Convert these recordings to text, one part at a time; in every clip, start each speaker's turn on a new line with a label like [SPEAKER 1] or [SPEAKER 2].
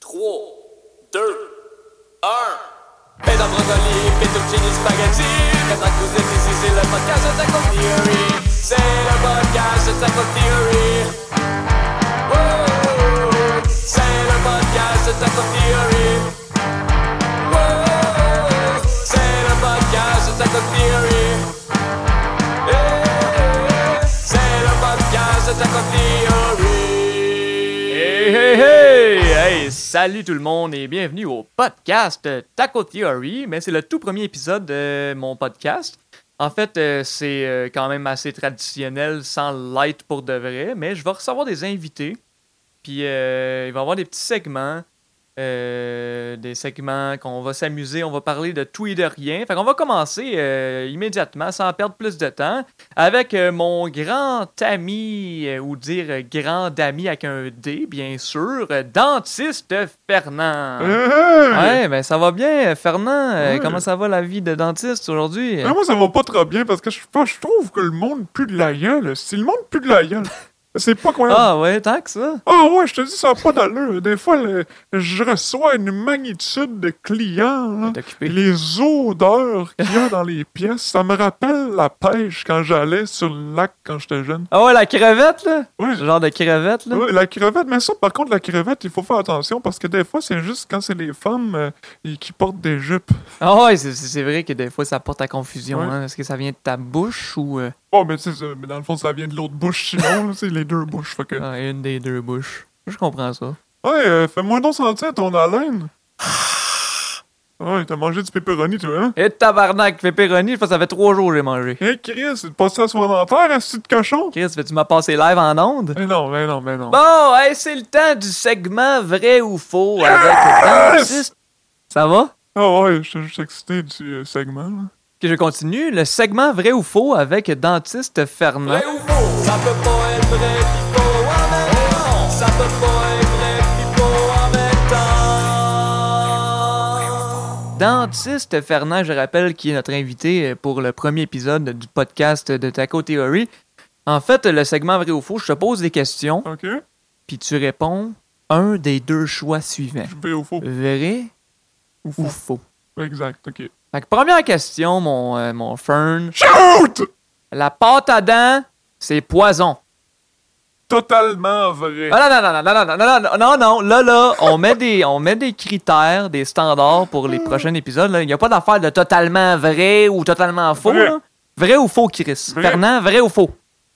[SPEAKER 1] 3, 2, 1. Mesdames, brocolis, fettuccini, spaghetti. Pendant que vous êtes ici, c'est le podcast de Taco Theory. C'est le podcast de Taco Theory. Oh, c'est le podcast de Taco Theory. Oh, c'est le podcast de Taco Theory. Eh, c'est le podcast de Taco Theory.
[SPEAKER 2] Hey, hey, hey! Hey, salut tout le monde et bienvenue au podcast euh, Taco Theory. Mais c'est le tout premier épisode de mon podcast. En fait, euh, c'est euh, quand même assez traditionnel, sans light pour de vrai, mais je vais recevoir des invités. Puis euh, il va y avoir des petits segments. euh, des segments qu'on va s'amuser, on va parler de tout et de rien. Fait qu'on va commencer euh, immédiatement, sans perdre plus de temps, avec euh, mon grand ami, euh, ou dire euh, grand ami avec un D, bien sûr, euh, dentiste Fernand. Ouais, ben ça va bien, euh, Fernand. Euh,
[SPEAKER 3] Ouais.
[SPEAKER 2] Comment ça va la vie de dentiste aujourd'hui?
[SPEAKER 3] Ah, moi, ça va pas trop bien parce que je, je trouve que le monde pue de la gueule. Si le monde pue de la gueule, c'est pas quoi. Ah.
[SPEAKER 2] Ah ouais, tant que ça.
[SPEAKER 3] ouais, je te dis, ça n'a pas d'allure. Des fois, le- je reçois une magnitude de clients. là.
[SPEAKER 2] T'es occupé.
[SPEAKER 3] Les odeurs qu'il y a dans les pièces, ça me rappelle la pêche quand j'allais sur le lac quand j'étais jeune.
[SPEAKER 2] Ah ouais, la crevette, là?
[SPEAKER 3] Ouais.
[SPEAKER 2] Ce genre de crevette, là?
[SPEAKER 3] Ouais, la crevette, mais ça, par contre, la crevette, il faut faire attention parce que des fois, c'est juste quand c'est les femmes euh, y- qui portent des jupes.
[SPEAKER 2] Ah ouais, c'est- c'est c'est vrai que des fois ça porte à confusion.
[SPEAKER 3] Ouais.
[SPEAKER 2] hein. Est-ce que ça vient de ta bouche ou euh,
[SPEAKER 3] Bon, mais, tu sais, ça- mais dans le fond, ça vient de l'autre bouche, sinon, là, c'est les deux bouches. Fait que...
[SPEAKER 2] ah, une des deux bouches? Je comprends ça.
[SPEAKER 3] Ouais, euh, fais-moi donc sentir ton haleine. Ouais, t'as mangé du pepperoni, toi, hein?
[SPEAKER 2] Et tabarnak, pepperoni, je pense que ça fait trois jours que j'ai mangé.
[SPEAKER 3] Hé, Chris, c'est passé à soin dentaire, assis de cochon?
[SPEAKER 2] Chris, fais-tu m'as passé live en onde?
[SPEAKER 3] Mais non, mais non, mais non.
[SPEAKER 2] Bon, hey, c'est le temps du segment vrai ou faux avec dentiste. Ça va?
[SPEAKER 3] Ah ouais, je suis juste excité du euh, segment, là.
[SPEAKER 2] Que je continue, le segment vrai ou faux avec dentiste Fernand.
[SPEAKER 1] Vrai ou faux? Ça peut pas être vrai pis faux en même temps. Ça peut pas être vrai pis faux en même temps.
[SPEAKER 2] Dentiste Fernand, je rappelle, qui est notre invité pour le premier épisode du podcast de Taco Theory. En fait, le segment vrai ou faux, je te pose des questions,
[SPEAKER 3] Ok?
[SPEAKER 2] puis tu réponds un des deux choix suivants.
[SPEAKER 3] Je vais au faux.
[SPEAKER 2] Vrai
[SPEAKER 3] Ou
[SPEAKER 2] ou
[SPEAKER 3] faux.
[SPEAKER 2] faux?
[SPEAKER 3] Exact, ok.
[SPEAKER 2] Fait que première question, mon, euh, mon Fern.
[SPEAKER 3] Shoot!
[SPEAKER 2] La pâte à dents, c'est poison.
[SPEAKER 3] Totalement vrai.
[SPEAKER 2] Ah non, non, non, non, non, non, non, non, non, non, là, là, on met des, on met des critères, des standards pour les prochains épisodes. là. Il n'y a pas d'affaire de totalement vrai ou totalement faux.
[SPEAKER 3] Vrai.
[SPEAKER 2] là. Vrai ou faux, Chris?
[SPEAKER 3] Vrai.
[SPEAKER 2] Fernand, vrai ou faux?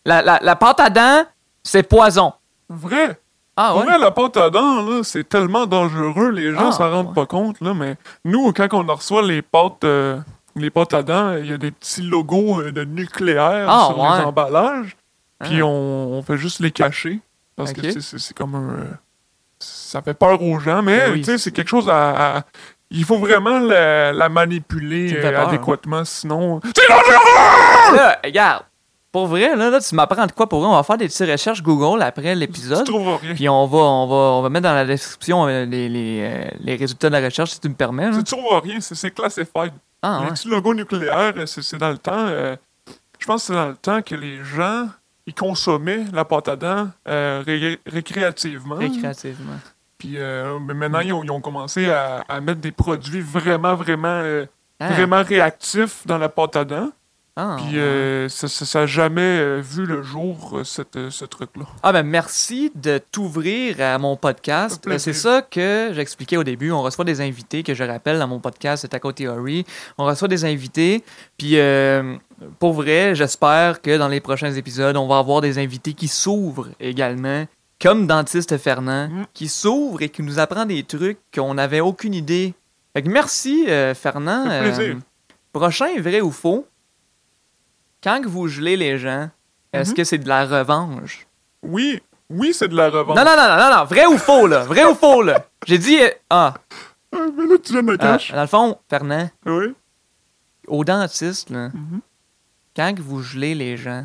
[SPEAKER 2] La, la, la pâte à dents, c'est poison.
[SPEAKER 3] Vrai!
[SPEAKER 2] Ah
[SPEAKER 3] Pour
[SPEAKER 2] ouais?
[SPEAKER 3] vrai, la pâte à dents, là, c'est tellement dangereux, les gens
[SPEAKER 2] Ah,
[SPEAKER 3] s'en rendent
[SPEAKER 2] ouais.
[SPEAKER 3] pas compte, là, mais nous, quand on en reçoit les pâtes, euh, les pâtes à dents, il y a des petits logos euh, de nucléaire
[SPEAKER 2] Ah,
[SPEAKER 3] sur
[SPEAKER 2] ouais.
[SPEAKER 3] les emballages, puis
[SPEAKER 2] Ah.
[SPEAKER 3] on, on fait juste les cacher, parce
[SPEAKER 2] Ok.
[SPEAKER 3] que tu sais, c'est c'est comme un... euh, ça fait peur aux gens, mais
[SPEAKER 2] Ben oui.
[SPEAKER 3] tu sais, c'est quelque chose à... à- il faut vraiment la, la manipuler
[SPEAKER 2] Tu me fais
[SPEAKER 3] euh,
[SPEAKER 2] peur.
[SPEAKER 3] adéquatement, sinon... C'est dangereux!
[SPEAKER 2] Là, regarde, pour vrai, là, là tu m'apprends de quoi pour vrai? On va faire des petites recherches Google après
[SPEAKER 3] Tu
[SPEAKER 2] l'épisode.
[SPEAKER 3] trouveras rien.
[SPEAKER 2] Puis on va, on, va, on va mettre dans la description euh, les, les, euh, les résultats de la recherche, si tu me permets. là.
[SPEAKER 3] Tu trouveras rien, c'est- c'est classified.
[SPEAKER 2] Ah,
[SPEAKER 3] Les
[SPEAKER 2] ouais.
[SPEAKER 3] petits logos nucléaires, euh, c'est c'est dans le temps. euh, je pense que c'est dans le temps que les gens ils consommaient la pâte à dents euh, ré- récréativement.
[SPEAKER 2] Récréativement.
[SPEAKER 3] Puis euh, mais maintenant, ils ont, ils ont commencé à, à mettre des produits vraiment, vraiment, euh,
[SPEAKER 2] Ah,
[SPEAKER 3] vraiment réactifs dans la pâte à dents.
[SPEAKER 2] ah,
[SPEAKER 3] Puis
[SPEAKER 2] ouais.
[SPEAKER 3] euh, ça ça- ça a jamais euh, vu le jour, euh, cette, euh, ce truc-là.
[SPEAKER 2] Ah ben merci de t'ouvrir à mon podcast. Euh,
[SPEAKER 3] Un plaisir.
[SPEAKER 2] C'est ça que j'expliquais au début. On reçoit des invités que je rappelle dans mon podcast, c'est Taco Theory. On reçoit des invités. Puis euh, pour vrai, j'espère que dans les prochains épisodes, on va avoir des invités qui s'ouvrent également, comme dentiste Fernand,
[SPEAKER 3] Mm.
[SPEAKER 2] qui s'ouvre et qui nous apprend des trucs qu'on n'avait aucune idée. Fait que merci euh, Fernand. Euh,
[SPEAKER 3] Ça fait plaisir.
[SPEAKER 2] prochain vrai ou faux. Quand que vous gelez les gens, est-ce
[SPEAKER 3] Mhm.
[SPEAKER 2] que c'est de la revanche?
[SPEAKER 3] Oui, oui, c'est de la revanche.
[SPEAKER 2] Non, non, non, non, non, non, vrai ou faux, là. Vrai ou faux, là. J'ai dit. euh, ah,
[SPEAKER 3] Ah, mais là, tu viens de me
[SPEAKER 2] euh,
[SPEAKER 3] cacher.
[SPEAKER 2] dans le fond, Fernand,
[SPEAKER 3] Oui.
[SPEAKER 2] au dentiste, là,
[SPEAKER 4] Mm-hmm.
[SPEAKER 3] Mhm.
[SPEAKER 2] quand que vous gelez les gens,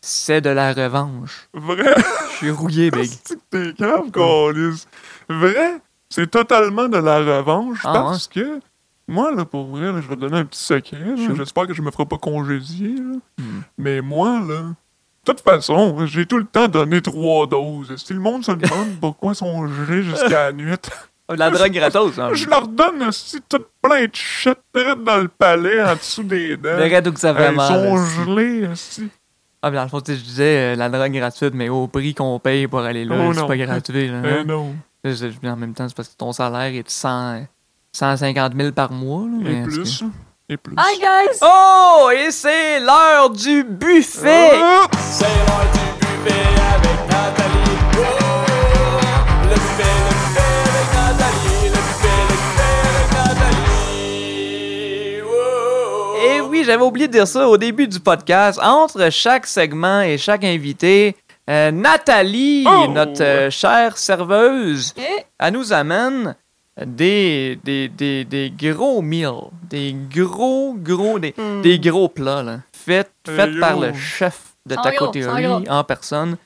[SPEAKER 2] c'est de la revanche.
[SPEAKER 3] Vrai.
[SPEAKER 2] Je suis rouillé, Big.
[SPEAKER 3] C'est que t'es grave, câlisse. Vrai, c'est totalement de la revanche
[SPEAKER 2] Ah,
[SPEAKER 3] parce que moi, là, pour vrai, là, je vais te donner un petit secret. là.
[SPEAKER 2] Shoot.
[SPEAKER 3] J'espère que je me ferai pas congédier. là.
[SPEAKER 2] Hmm.
[SPEAKER 3] Mais moi, là, de toute façon, j'ai tout le temps donné trois doses. Si le monde se demande pourquoi ils sont gelés jusqu'à la nuit,
[SPEAKER 2] Ah, De la drogue gratos, hein.
[SPEAKER 3] Je leur donne aussi tout plein de shit direct dans le palais, en dessous des dents.
[SPEAKER 2] Le radeau que ça
[SPEAKER 3] Euh,
[SPEAKER 2] fait
[SPEAKER 3] ils
[SPEAKER 2] mal,
[SPEAKER 3] sont
[SPEAKER 2] aussi.
[SPEAKER 3] gelés aussi.
[SPEAKER 2] Ah, mais dans le fond, tu sais, je disais euh, la drogue gratuite, mais au prix qu'on paye pour aller là,
[SPEAKER 3] Oh,
[SPEAKER 2] c'est
[SPEAKER 3] non.
[SPEAKER 2] pas gratuit. là,
[SPEAKER 3] Eh
[SPEAKER 2] hein.
[SPEAKER 3] non.
[SPEAKER 2] Je- je- je- en même temps, c'est parce que ton salaire est de 100, 150 000 par mois. là, mais
[SPEAKER 3] Et
[SPEAKER 2] en tout cas.
[SPEAKER 3] plus. Et plus.
[SPEAKER 4] Hi guys!
[SPEAKER 2] Oh, et c'est l'heure du buffet!
[SPEAKER 3] Ah!
[SPEAKER 1] C'est l'heure du buffet avec Nathalie. Oh, le buffet, le buffet avec Nathalie. Le buffet, le buffet avec Nathalie. Oh.
[SPEAKER 2] Et Eh oui, j'avais oublié de dire ça au début du podcast. Entre chaque segment et chaque invité, euh, Nathalie,
[SPEAKER 3] Oh!
[SPEAKER 2] notre euh, chère serveuse,
[SPEAKER 4] Eh,
[SPEAKER 2] elle nous amène des, des, des, des gros meals, des gros, gros, des,
[SPEAKER 4] Hmm.
[SPEAKER 2] des gros plats, là, faits,
[SPEAKER 3] Hey,
[SPEAKER 2] faits par
[SPEAKER 3] yo.
[SPEAKER 2] le chef de
[SPEAKER 4] En
[SPEAKER 2] ta
[SPEAKER 4] gros, en
[SPEAKER 2] Theory en personne.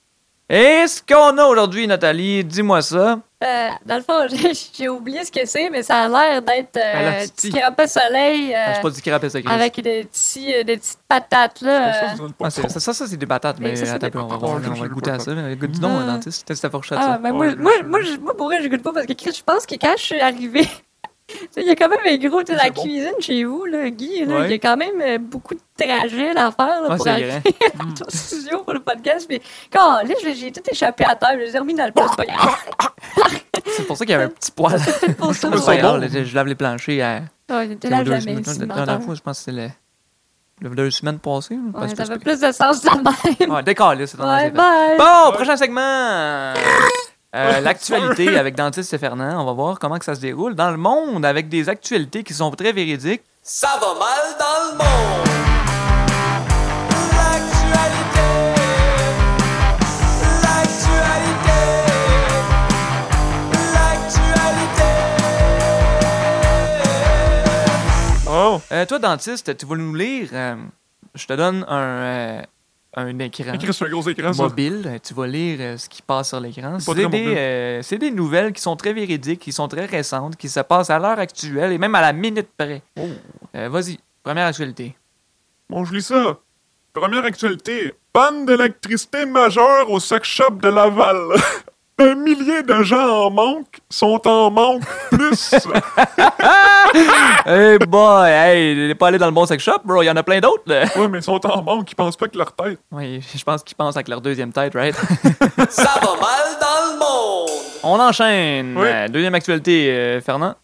[SPEAKER 2] Et ce qu'on a aujourd'hui, Nathalie, dis-moi ça.
[SPEAKER 4] euh, dans le fond, j'ai- j'ai oublié ce que c'est, mais ça a l'air d'être
[SPEAKER 2] Un
[SPEAKER 4] euh,
[SPEAKER 2] asti.
[SPEAKER 4] du crapet soleil euh,
[SPEAKER 2] Ah, c'est pas du crapet, ça, Chris.
[SPEAKER 4] avec des, petits, euh, des petites patates là.
[SPEAKER 3] Ça,
[SPEAKER 4] euh.
[SPEAKER 3] ça donne pas
[SPEAKER 2] Ah, c'est-
[SPEAKER 3] trop.
[SPEAKER 2] ça, ça, c'est des batates, mais
[SPEAKER 4] Mais ça, c'est
[SPEAKER 2] attends,
[SPEAKER 4] des
[SPEAKER 2] un peu, on va,
[SPEAKER 3] patates.
[SPEAKER 2] voir,
[SPEAKER 3] Ah, je-
[SPEAKER 2] on va
[SPEAKER 3] je- je-
[SPEAKER 2] goûter à ça. mais Goûte du
[SPEAKER 4] Ah.
[SPEAKER 2] nom, dentiste. C'était ta fourchette,
[SPEAKER 4] Ah,
[SPEAKER 2] ça.
[SPEAKER 4] mais moi,
[SPEAKER 3] Ouais,
[SPEAKER 4] moi,
[SPEAKER 3] je-
[SPEAKER 4] moi, je- moi, pour vrai, je goûte pas parce que Chris, je pense que quand je suis arrivée, tu sais, il y a quand même un gros, tu sais, la
[SPEAKER 3] C'est bon.
[SPEAKER 4] cuisine chez vous, là, Guy, là,
[SPEAKER 2] Ouais.
[SPEAKER 4] il y a quand même euh, beaucoup de trajets à faire là,
[SPEAKER 2] Ah,
[SPEAKER 4] pour
[SPEAKER 2] c'est
[SPEAKER 4] arriver
[SPEAKER 2] vrai. Hmm.
[SPEAKER 4] à ton studio pour le podcast. Puis, quand là, j'ai- j'ai tout échappé à terre, je les ai remis dans le pot.
[SPEAKER 2] C'est pour ça qu'il y avait un petit poil.
[SPEAKER 4] C'est pour ça.
[SPEAKER 2] C'est pas
[SPEAKER 4] ouais.
[SPEAKER 2] grave, je, je lave les planchers hier.
[SPEAKER 4] Ah, il était là
[SPEAKER 2] deux
[SPEAKER 4] jamais.
[SPEAKER 2] semaines.
[SPEAKER 4] ici,
[SPEAKER 2] La
[SPEAKER 4] menteur.
[SPEAKER 2] dernière fois, je pense que c'était le- le- deux semaines passées. là, parce
[SPEAKER 4] Ouais,
[SPEAKER 2] que-
[SPEAKER 4] ça fait plus de sens de même.
[SPEAKER 2] Ouais, décalé, c'est dans la
[SPEAKER 4] Ouais,
[SPEAKER 2] série.
[SPEAKER 4] bye.
[SPEAKER 2] Bon, prochain segment. Euh,
[SPEAKER 3] Ouais,
[SPEAKER 2] L'actualité
[SPEAKER 3] sorry.
[SPEAKER 2] avec Dentiste et Fernand. On va voir comment que ça se déroule dans le monde avec des actualités qui sont très véridiques.
[SPEAKER 1] Ça va mal dans le monde. L'actualité. L'actualité. L'actualité.
[SPEAKER 3] Oh,
[SPEAKER 2] Euh, toi, Dentiste, tu vas nous lire. euh, je te donne un, euh, un écran.
[SPEAKER 3] écrit sur un gros
[SPEAKER 2] Ah,
[SPEAKER 3] écran, ça.
[SPEAKER 2] mobile, tu vas lire euh, ce qui passe sur l'écran. C'est
[SPEAKER 3] très
[SPEAKER 2] des,
[SPEAKER 3] mobile.
[SPEAKER 2] euh, c'est des nouvelles qui sont très véridiques, qui sont très récentes, qui se passent à l'heure actuelle et même à la minute près.
[SPEAKER 3] Oh.
[SPEAKER 2] Euh, Vas-y, première actualité.
[SPEAKER 3] Bon, je lis ça. Première actualité. Panne d'électricité majeure au sex shop de Laval. Un millier de gens en manque sont en manque plus.
[SPEAKER 2] hey boy, hey, il est pas allé dans le bon sex shop, bro, il y en a plein d'autres. là.
[SPEAKER 3] ouais, mais ils sont en manque, ils pensent pas que leur tête.
[SPEAKER 2] Oui, je pense qu'ils pensent avec leur deuxième tête, right?
[SPEAKER 1] Ça va mal dans le monde.
[SPEAKER 2] On enchaîne.
[SPEAKER 3] Oui.
[SPEAKER 2] Euh, Deuxième actualité, euh, Fernand.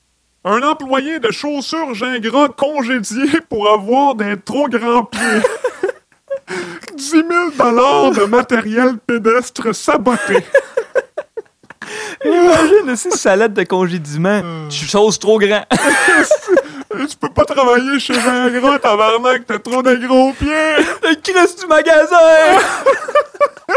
[SPEAKER 3] Un employé de chaussures Gingras congédié pour avoir des trop grands pieds. 10 000 de matériel pédestre saboté.
[SPEAKER 2] Imagine aussi salade de congédiement. Tu choses trop grand.
[SPEAKER 3] Eh, tu peux pas travailler chez Gingras, tabarnak, t'as trop de gros pieds.
[SPEAKER 2] Le Christ du magasin! eh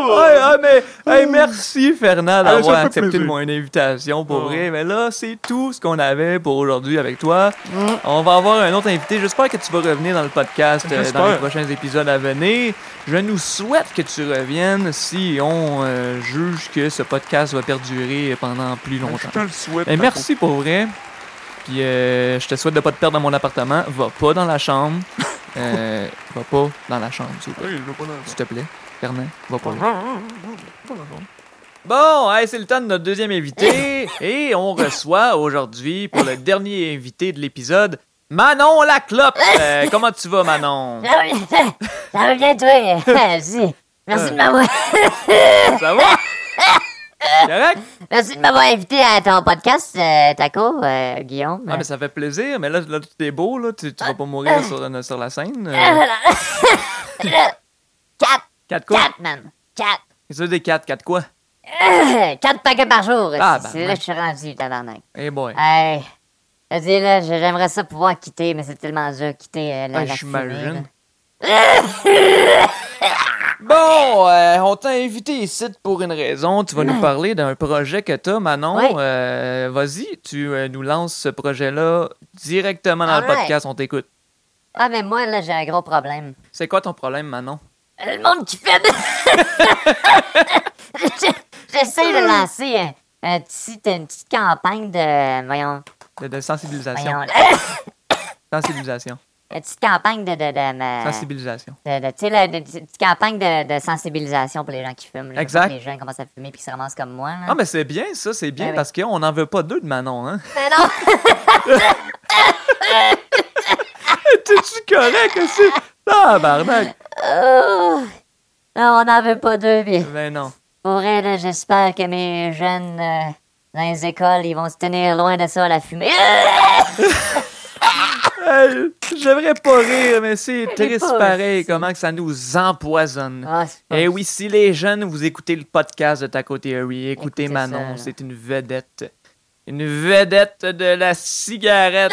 [SPEAKER 2] Ouais, ah, mais hey, merci Fernand
[SPEAKER 3] Ah, ça
[SPEAKER 2] d'avoir
[SPEAKER 3] fait
[SPEAKER 2] accepté
[SPEAKER 3] plaisir.
[SPEAKER 2] mon invitation pour
[SPEAKER 3] Ah.
[SPEAKER 2] vrai. Mais là, c'est tout ce qu'on avait pour aujourd'hui avec toi.
[SPEAKER 3] Ah.
[SPEAKER 2] On va avoir un autre invité. J'espère que tu vas revenir dans le podcast euh,
[SPEAKER 3] J'espère.
[SPEAKER 2] dans les prochains épisodes à venir. Je nous souhaite que tu reviennes si on euh, juge que ce podcast va perdurer pendant plus
[SPEAKER 3] Je
[SPEAKER 2] longtemps.
[SPEAKER 3] te le souhaite.
[SPEAKER 2] Et Eh,
[SPEAKER 3] ma
[SPEAKER 2] merci pour vrai. Puis euh, je te souhaite de pas te perdre dans mon appartement. Va pas dans la chambre. Euh, va pas dans la chambre, s'il te plaît.
[SPEAKER 3] Oui, je veux pas dans-
[SPEAKER 2] S'il te plaît. Fernand, va pas là.
[SPEAKER 3] Bon,
[SPEAKER 2] Bon, hey, c'est le temps de notre deuxième invité. et on reçoit aujourd'hui, pour le dernier invité de l'épisode, Manon la clope. Euh, comment tu vas, Manon?
[SPEAKER 5] Ça va bien- ça va bien, toi? Merci. Merci de m'avoir,
[SPEAKER 2] Ça va? Correct?
[SPEAKER 5] merci de m'avoir invité à ton podcast, euh, Taco, euh, Guillaume.
[SPEAKER 2] Ah, mais ça fait plaisir. Mais là, là tu es beau, là. Tu, tu vas pas mourir sur, sur la scène. Euh,
[SPEAKER 5] Quatre,
[SPEAKER 2] quatre quoi?
[SPEAKER 5] quatre, man. Quatre. Euh,
[SPEAKER 2] Qu'est-ce que c'est des quatre? Quatre quoi?
[SPEAKER 5] Quatre paquets par jour.
[SPEAKER 2] Ah,
[SPEAKER 5] c'est
[SPEAKER 2] ben,
[SPEAKER 5] c'est là
[SPEAKER 2] ouais.
[SPEAKER 5] que je suis rendu, tabarnak.
[SPEAKER 2] Eh boy.
[SPEAKER 5] Hey. Je veux dire, là, j'ai- j'aimerais ça pouvoir quitter, mais c'est tellement dur de quitter euh, la,
[SPEAKER 2] Ah,
[SPEAKER 5] la fumée, là.
[SPEAKER 2] J'imagine. Bon, euh, on t'a invité ici pour une raison. Tu vas nous parler d'un projet que t'as, Manon.
[SPEAKER 5] Hmm. Ouais.
[SPEAKER 2] Euh, Vas-y, tu euh, nous lances ce projet-là directement dans le
[SPEAKER 5] Alright.
[SPEAKER 2] podcast. On t'écoute.
[SPEAKER 5] Ah, mais moi, là, j'ai un gros problème.
[SPEAKER 2] C'est quoi ton problème, Manon?
[SPEAKER 5] Euh, Le monde qui fait Je- J'essaie de lancer euh, un petit- une petite campagne de... Voyons,
[SPEAKER 2] De, de sensibilisation.
[SPEAKER 5] voyons...
[SPEAKER 2] Sensibilisation.
[SPEAKER 5] une petite campagne de. de, de, de-
[SPEAKER 2] Sensibilisation.
[SPEAKER 5] de- de- tu sais, la- de- une petite campagne de, de sensibilisation pour les gens qui fument. là.
[SPEAKER 2] Exact.
[SPEAKER 5] Pour que Les gens commencent à fumer puis qu'ils se ramassent comme moi. là.
[SPEAKER 2] Ah, mais c'est bien, ça, c'est bien,
[SPEAKER 5] Ouais, ouais.
[SPEAKER 2] parce qu'on n'en veut pas deux de Manon, hein?
[SPEAKER 5] Mais non!
[SPEAKER 2] T'es-tu correct aussi? Ah, barnac!
[SPEAKER 5] Oh! Non, on n'en veut pas deux, puis
[SPEAKER 2] Ben non.
[SPEAKER 5] pour vrai, là, j'espère que mes jeunes euh, dans les écoles, ils vont se tenir loin de ça, la fumée. Ah!
[SPEAKER 2] Euh, J'aimerais pas rire, mais c'est triste
[SPEAKER 5] pas
[SPEAKER 2] pareil, comment que ça nous empoisonne.
[SPEAKER 5] Ah, c'est pas-
[SPEAKER 2] Eh oui, si les jeunes, vous écoutez le podcast de Taco Theory, écoutez,
[SPEAKER 5] Écoutez ça,
[SPEAKER 2] Manon,
[SPEAKER 5] là.
[SPEAKER 2] c'est une vedette. Une vedette de la cigarette.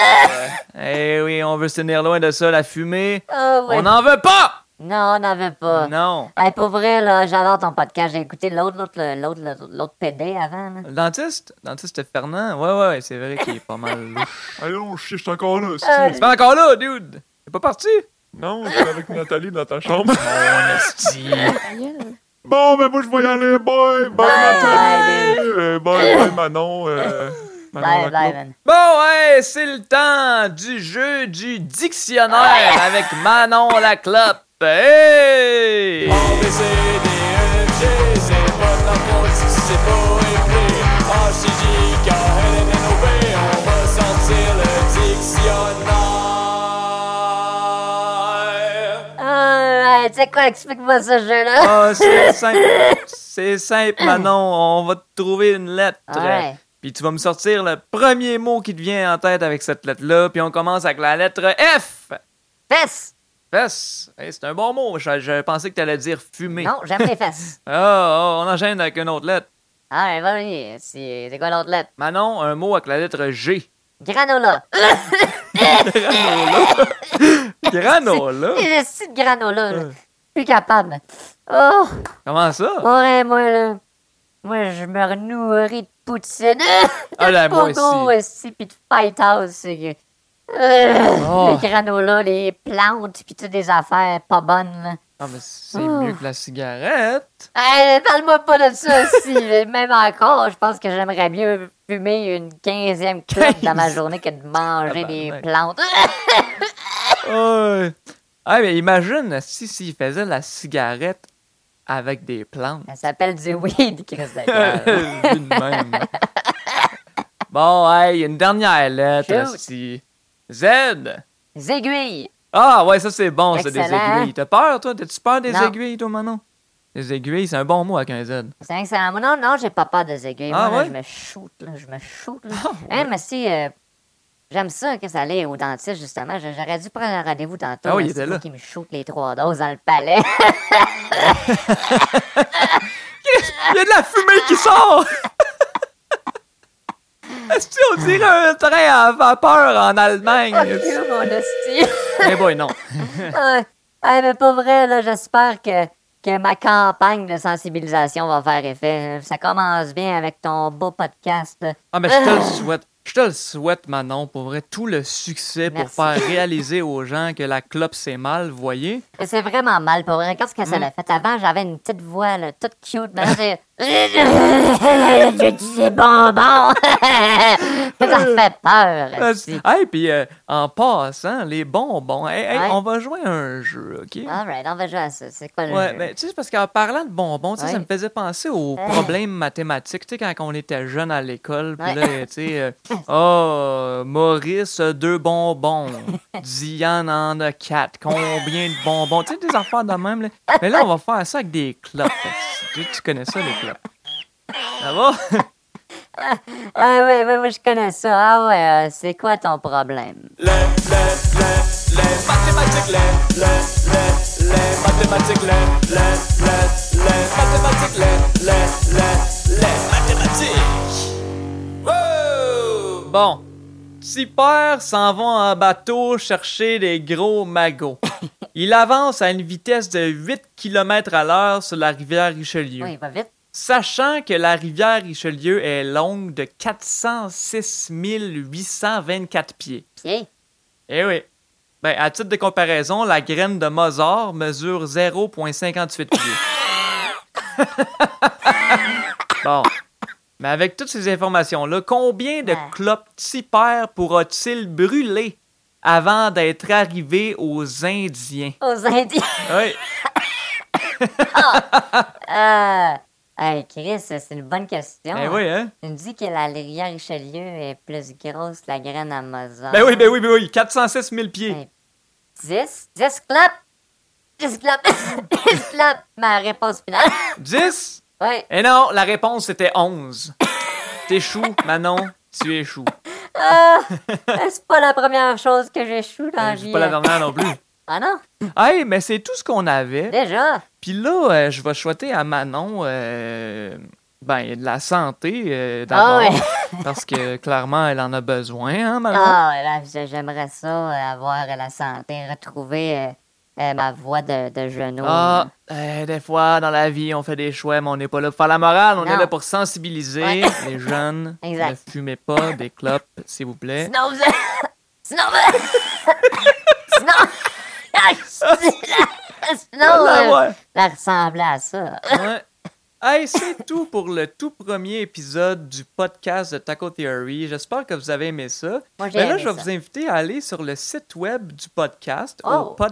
[SPEAKER 2] eh oui, on veut se tenir loin de ça, la fumée.
[SPEAKER 5] Ah, ouais. Ah.
[SPEAKER 2] On n'en veut pas!
[SPEAKER 5] Non, on n'en veut pas.
[SPEAKER 2] Non.
[SPEAKER 5] Hey, pour vrai, là, j'adore ton podcast. J'ai écouté l'autre, l'autre, l'autre, l'autre, l'autre PD avant. là.
[SPEAKER 2] Le dentiste? Le dentiste Fernand? Ouais, ouais, ouais, c'est vrai qu'il est pas mal louche.
[SPEAKER 3] Allons, chier, je suis encore là,
[SPEAKER 5] Euh,
[SPEAKER 2] C'est
[SPEAKER 3] si.
[SPEAKER 2] pas encore là, dude! T'es pas parti?
[SPEAKER 3] Non, j'étais avec Nathalie dans ta chambre.
[SPEAKER 2] Esti.
[SPEAKER 3] Bon, ben moi, je vais y aller. Bye, bye, Nathalie. Euh, bye, bye, Manon. euh, Manon
[SPEAKER 5] Bye, bye,
[SPEAKER 3] Laclos.
[SPEAKER 5] man.
[SPEAKER 2] Bon, hey, c'est le temps du jeu du dictionnaire avec Manon la clope. Hey!
[SPEAKER 1] A, B, C, D, E, F, G, c'est pas de la faute si tu sais pas écrire. H, I, J, K, L, M, N, O, P, on va sortir le dictionnaire.
[SPEAKER 5] Euh, hey, tu sais quoi, explique-moi ce jeu-là.
[SPEAKER 2] Ah, c'est simple. C'est simple, Manon. On va te trouver une lettre.
[SPEAKER 5] Ouais.
[SPEAKER 2] Puis tu vas me sortir le premier mot qui te vient en tête avec cette lettre-là. Puis on commence avec la lettre F.
[SPEAKER 5] Fesses.
[SPEAKER 2] Fesse. Hey, c'est un bon mot. Je, je pensais que tu allais dire fumer.
[SPEAKER 5] Non, j'aime les fesses.
[SPEAKER 2] Ah, ah, on enchaîne avec une autre lettre.
[SPEAKER 5] Ah, ouais, vas-y. C'est c'est quoi l'autre lettre?
[SPEAKER 2] Manon, un mot avec la lettre G.
[SPEAKER 5] Granola.
[SPEAKER 2] Ah. Granola.
[SPEAKER 5] Les petits de granola, là.
[SPEAKER 2] Ah.
[SPEAKER 5] Plus capable. Oh,
[SPEAKER 2] Comment ça?
[SPEAKER 5] ouais, moi, là. Moi, je me renourris de poutine.
[SPEAKER 2] Ah, là, moi
[SPEAKER 5] Pogo,
[SPEAKER 2] aussi.
[SPEAKER 5] aussi, puis de fight house. c'est que- Euh,
[SPEAKER 2] Oh.
[SPEAKER 5] Les granola, les plantes, puis toutes des affaires pas bonnes, là.
[SPEAKER 2] Ah, mais c'est
[SPEAKER 5] Oh.
[SPEAKER 2] mieux que la cigarette.
[SPEAKER 5] Hey, parle-moi pas de ça aussi. Même encore, je pense que j'aimerais mieux fumer une quinzième clope dans ma
[SPEAKER 2] Quinze. Ah, ben,
[SPEAKER 5] journée que de manger des
[SPEAKER 2] Tabarnak.
[SPEAKER 5] plantes.
[SPEAKER 2] Ouais. Ah, mais imagine si s'il faisait la cigarette avec des plantes.
[SPEAKER 5] Ça s'appelle du weed, Chris de gueule.
[SPEAKER 2] Lui de même. Bon, hey, une dernière lettre
[SPEAKER 5] Shoot.
[SPEAKER 2] aussi. Z.
[SPEAKER 5] Des aiguilles.
[SPEAKER 2] Ah, ouais, ça c'est bon, ça, des
[SPEAKER 5] Excellent.
[SPEAKER 2] aiguilles. T'as peur, toi? T'as-tu peur des
[SPEAKER 5] Non.
[SPEAKER 2] aiguilles, toi, Manon? Des aiguilles, c'est un bon mot avec un Z.
[SPEAKER 5] C'est excellent. Moi, non, non, j'ai pas peur des aiguilles.
[SPEAKER 2] Ah,
[SPEAKER 5] Moi, là,
[SPEAKER 2] ouais?
[SPEAKER 5] je me shoot, là. Je me shoot, là.
[SPEAKER 2] Ah,
[SPEAKER 5] Hein, mais si, euh, j'aime ça que ça allait au dentiste, justement. Je- J'aurais dû prendre un rendez-vous tantôt.
[SPEAKER 2] Ah oui,
[SPEAKER 5] là,
[SPEAKER 2] il était
[SPEAKER 5] c'est
[SPEAKER 2] là.
[SPEAKER 5] moi qui me shoot les trois doses dans le palais.
[SPEAKER 2] Il y a de la fumée qui sort! Est-ce que on dirait un train à vapeur en Allemagne?
[SPEAKER 5] Dieu, mon hostie.
[SPEAKER 2] Eh boy, non.
[SPEAKER 5] Ah, ah, mais pas vrai, là, j'espère que, que ma campagne de sensibilisation va faire effet. Ça commence bien avec ton beau podcast. là.
[SPEAKER 2] Ah, mais je te le souhaite. Je te le souhaite, Manon, pour vrai, tout le succès pour
[SPEAKER 5] Merci.
[SPEAKER 2] faire réaliser aux gens que la clope, c'est mal, voyez?
[SPEAKER 5] Mais C'est vraiment mal pour vrai. Regarde ce
[SPEAKER 2] Mm.
[SPEAKER 5] que ça l'a fait. Avant, j'avais une petite voix, là, toute cute. Maintenant, j'ai. Je dis des bonbons. ça fait peur.
[SPEAKER 2] Et hey, puis euh, en passant, les bonbons, hey, hey,
[SPEAKER 5] Ouais.
[SPEAKER 2] on va jouer à un jeu, OK?
[SPEAKER 5] Alright, on va jouer à ça. C'est quoi le
[SPEAKER 2] Ouais, ben,
[SPEAKER 5] jeu?
[SPEAKER 2] mais tu sais, parce qu'en parlant de bonbons, tu sais, ça
[SPEAKER 5] Ouais.
[SPEAKER 2] me faisait penser aux
[SPEAKER 5] Ouais.
[SPEAKER 2] problèmes mathématiques, tu sais, quand on était jeune à l'école, puis
[SPEAKER 5] Ouais.
[SPEAKER 2] là, tu sais, euh, oh, Maurice, a deux bonbons, Diane en a quatre, combien de bonbons, tu sais, des affaires de même, là. Mais là, on va faire ça avec des clopes. Tu, tu connais ça, les clopes. Ça va?
[SPEAKER 5] Ah, ouais, ouais, ouais, je connais ça. Ah, ouais, euh, c'est quoi ton problème?
[SPEAKER 1] Les, les, les, les mathématiques, les, les, les, les mathématiques, les, les, les, les mathématiques, les, les, les, les mathématiques. Wow!
[SPEAKER 2] Bon. Petit père s'en va en bateau chercher des gros magots. Il avance à une vitesse de 8 km à l'heure sur la rivière Richelieu.
[SPEAKER 5] Oui, va vite.
[SPEAKER 2] Sachant que la rivière Richelieu est longue de 406 824 pieds.
[SPEAKER 5] Pied.
[SPEAKER 2] Eh oui. Ben, à titre de comparaison, la graine de Mozart mesure 0,58 pieds. bon. Mais avec toutes ces informations-là, combien de
[SPEAKER 5] Ouais.
[SPEAKER 2] clopes Tipper pourra-t-il brûler avant d'être arrivé aux Indiens. Eh
[SPEAKER 5] Aux Indiens.
[SPEAKER 2] Oui.
[SPEAKER 5] Euh, hey, Chris, c'est une bonne question.
[SPEAKER 2] Ben oui, hein?
[SPEAKER 5] Tu me dis que la rivière Richelieu est plus grosse que la graine Amazon.
[SPEAKER 2] Ben oui, ben oui, ben oui. 406 000 pieds.
[SPEAKER 5] Ben, 10? 10 clopes? 10 clopes? 10 clopes? Ma réponse finale.
[SPEAKER 2] 10?
[SPEAKER 5] oui.
[SPEAKER 2] Et Eh non, la réponse c'était 11. T'échoues, Manon. Tu échoues.
[SPEAKER 5] Ah, c'est pas la première chose que j'échoue dans la
[SPEAKER 2] Euh, C'est
[SPEAKER 5] vie.
[SPEAKER 2] Ben, pas la dernière non plus.
[SPEAKER 5] Ah non?
[SPEAKER 2] Hey, mais c'est tout ce qu'on avait.
[SPEAKER 5] Déjà?
[SPEAKER 2] Puis là, euh, je vais souhaiter à Manon euh, ben, de la santé euh, d'abord.
[SPEAKER 5] Ah ouais.
[SPEAKER 2] parce que clairement, elle en a besoin, hein, Manon?
[SPEAKER 5] Ah, là, j- j'aimerais ça, euh, avoir la santé, retrouver euh, euh, ma voix de, de genou.
[SPEAKER 2] Ah, euh, des fois, dans la vie, on fait des choix, mais on n'est pas là pour faire la morale. On
[SPEAKER 5] Non.
[SPEAKER 2] est là pour sensibiliser
[SPEAKER 5] Ouais.
[SPEAKER 2] les jeunes.
[SPEAKER 5] Exact.
[SPEAKER 2] Ne fumez pas des clopes, s'il vous plaît.
[SPEAKER 5] Sinon, vous... Sinon, vous... Sinon... Ah, Sinon,
[SPEAKER 2] Ah,
[SPEAKER 5] euh,
[SPEAKER 2] ouais.
[SPEAKER 5] ça ressemblait à ça.
[SPEAKER 2] Ouais. Hey, c'est tout pour le tout premier épisode du podcast de Taco Theory. J'espère que vous avez aimé ça.
[SPEAKER 5] Moi, j'ai
[SPEAKER 2] Mais Ben là,
[SPEAKER 5] aimé
[SPEAKER 2] je vais
[SPEAKER 5] ça.
[SPEAKER 2] vous inviter à aller sur le site web du podcast
[SPEAKER 5] Oh.
[SPEAKER 2] au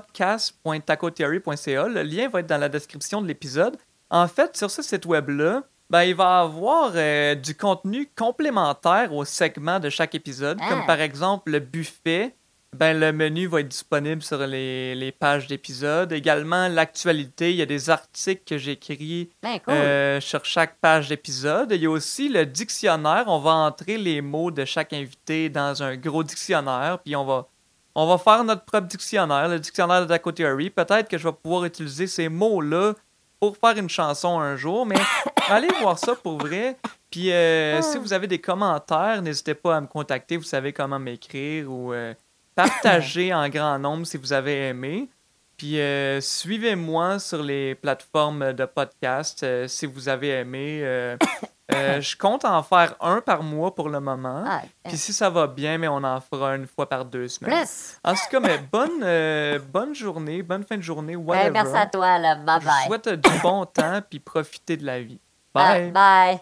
[SPEAKER 2] podcast.tacotheory.ca. Le lien va être dans la description de l'épisode. En fait, sur ce site web-là, ben, il va avoir euh, du contenu complémentaire au segment de chaque épisode,
[SPEAKER 5] Ah.
[SPEAKER 2] comme par exemple le buffet. Ben, le menu va être disponible sur les, les pages d'épisodes. Également, l'actualité. Il y a des articles que j'écris
[SPEAKER 5] Ben, cool.
[SPEAKER 2] euh, sur chaque page d'épisode. Il y a aussi le dictionnaire. On va entrer les mots de chaque invité dans un gros dictionnaire, puis on va, on va faire notre propre dictionnaire, le dictionnaire de Taco Theory. Peut-être que je vais pouvoir utiliser ces mots-là pour faire une chanson un jour, mais allez voir ça pour vrai. Puis euh,
[SPEAKER 5] Ah.
[SPEAKER 2] si vous avez des commentaires, n'hésitez pas à me contacter. Vous savez comment m'écrire ou euh, partagez en grand nombre si vous avez aimé. Puis euh, suivez-moi sur les plateformes de podcast euh, si vous avez aimé. euh, euh, je compte en faire un par mois pour le moment.
[SPEAKER 5] Ah, euh,
[SPEAKER 2] Puis si ça va bien, mais on en fera une fois par deux semaines.
[SPEAKER 5] plus.
[SPEAKER 2] En tout cas, mais bonne, euh, bonne journée, bonne fin de journée,
[SPEAKER 5] Ben,
[SPEAKER 2] whatever. hein.
[SPEAKER 5] merci à toi, là.
[SPEAKER 2] Je vous
[SPEAKER 5] Bye-bye.
[SPEAKER 2] souhaite du bon temps, puis profitez de la vie. Bye!
[SPEAKER 5] Ah, bye.